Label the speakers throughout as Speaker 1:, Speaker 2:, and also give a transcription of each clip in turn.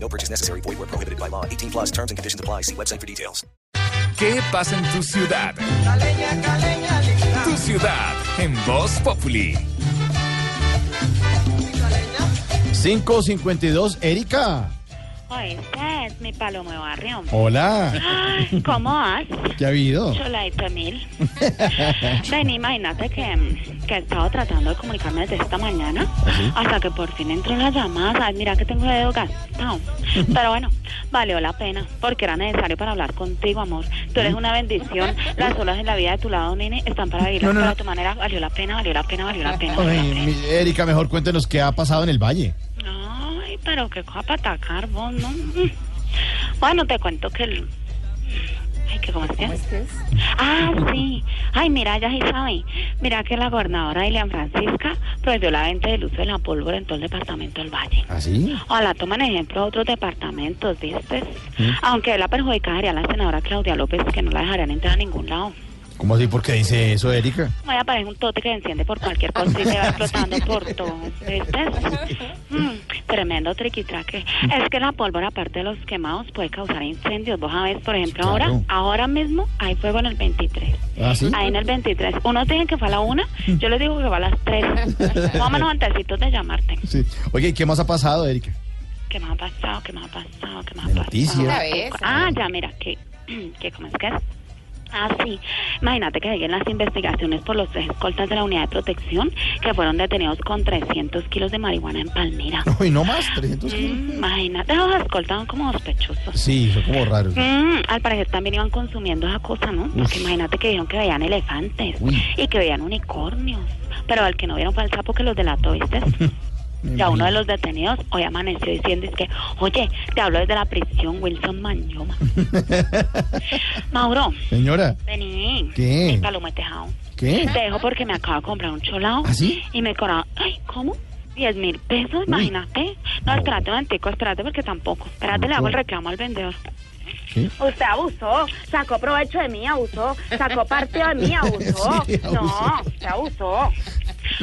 Speaker 1: No purchase necessary. Void where prohibited by law. 18 plus terms and conditions apply. See website for details.
Speaker 2: ¿Qué pasa en tu ciudad? Tu ciudad en Voz Populi.
Speaker 3: 552, Erika.
Speaker 4: Esta es mi Palomo de Barrio.
Speaker 3: Hola.
Speaker 4: Ay, ¿Cómo vas?
Speaker 3: ¿Qué ha habido?
Speaker 4: Choladito mil. Ven, imagínate que, que he estado tratando de comunicarme desde esta mañana hasta que por fin entró la llamada. Ay, mira que tengo el dedo gastado. Pero bueno, valió la pena porque era necesario para hablar contigo, amor. Tú eres una bendición. Las olas en la vida de tu lado, nene, están para vivirlas,
Speaker 3: No, no,
Speaker 4: pero
Speaker 3: no.
Speaker 4: de tu manera valió la pena, valió la pena, valió la pena. valió la
Speaker 3: Ay,
Speaker 4: pena.
Speaker 3: mi- Erika, mejor cuéntenos qué ha pasado en el valle.
Speaker 4: Ay, pero qué cosa para atacar vos, ¿no? Bueno, te cuento que el... Ay, ¿qué, ¿cómo es que es? Ah, sí. Ay, mira, ya sí sabe. Mira que la gobernadora Elian Francisca prohibió la venta del uso de la pólvora en todo el departamento del Valle.
Speaker 3: ¿Ah, sí?
Speaker 4: Ojalá toman ejemplo a otros departamentos, ¿viste? Aunque la perjudicada sería la senadora Claudia López, que no la dejarían entrar a ningún lado.
Speaker 3: ¿Cómo así? ¿Por qué dice eso, Erika?
Speaker 4: Voy a aparecer un tote que se enciende por cualquier cosa y se va explotando por todo. ¿Viste? Mm, tremendo triquitraque. Es que la pólvora, aparte de los quemados, puede causar incendios. Vos sabés, por ejemplo, ahora
Speaker 3: Claro.
Speaker 4: ahora mismo hay fuego en el 23.
Speaker 3: ¿Ah, sí?
Speaker 4: Ahí en el 23. Unos dicen que fue a la una, yo les digo que fue a las tres. Vámonos antecitos de llamarte.
Speaker 3: Sí. Oye, ¿y qué más ha pasado, Erika?
Speaker 4: ¿Qué me ha pasado? ¿Qué me ha pasado? ¿Qué me ha
Speaker 3: De
Speaker 4: pasado?
Speaker 3: noticias. Otra
Speaker 4: Ah, ya, mira, que, que ¿cómo es que es? Ah, sí. Imagínate que siguen las investigaciones por los tres escoltas de la unidad de protección que fueron detenidos con 300 kilos de marihuana en Palmira.
Speaker 3: Uy, no más, 300 kilos.
Speaker 4: Mm, Imagínate, los escoltas son como sospechosos.
Speaker 3: Sí, son como raros.
Speaker 4: Mm, al parecer también iban consumiendo esa cosa, ¿no? Porque imagínate que dijeron que veían elefantes
Speaker 3: Uy.
Speaker 4: y que veían unicornios. Pero al que no vieron fue el sapo que los delató, ¿viste? Ya uno de los detenidos hoy amaneció diciendo es que, oye, te hablo desde la prisión Wilson Mañoma. Mauro,
Speaker 3: Señora,
Speaker 4: vení.
Speaker 3: ¿Qué?
Speaker 4: Mi palomo de tejado.
Speaker 3: ¿qué?
Speaker 4: Te dejo porque me acabo de comprar un cholao.
Speaker 3: ¿Ah, sí?
Speaker 4: Y me cobraba, ay, ¿cómo? 10 mil pesos, imagínate. No, espérate un momentico, espérate porque tampoco. Espérate, le hago el reclamo al vendedor.
Speaker 3: ¿Qué?
Speaker 4: Usted abusó, sacó provecho de mí, abusó, sacó partido de mí, abusó.
Speaker 3: Sí, abusó.
Speaker 4: No, usted abusó.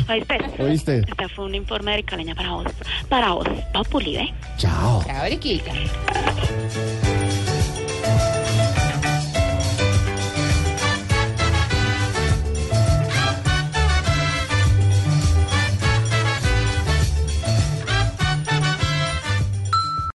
Speaker 4: ¿Oíste?
Speaker 3: ¿Oíste?
Speaker 4: Este fue un informe de Caleña para vos. Para vos, Populi, ¿eh?
Speaker 3: Chao.
Speaker 5: Cabriquita.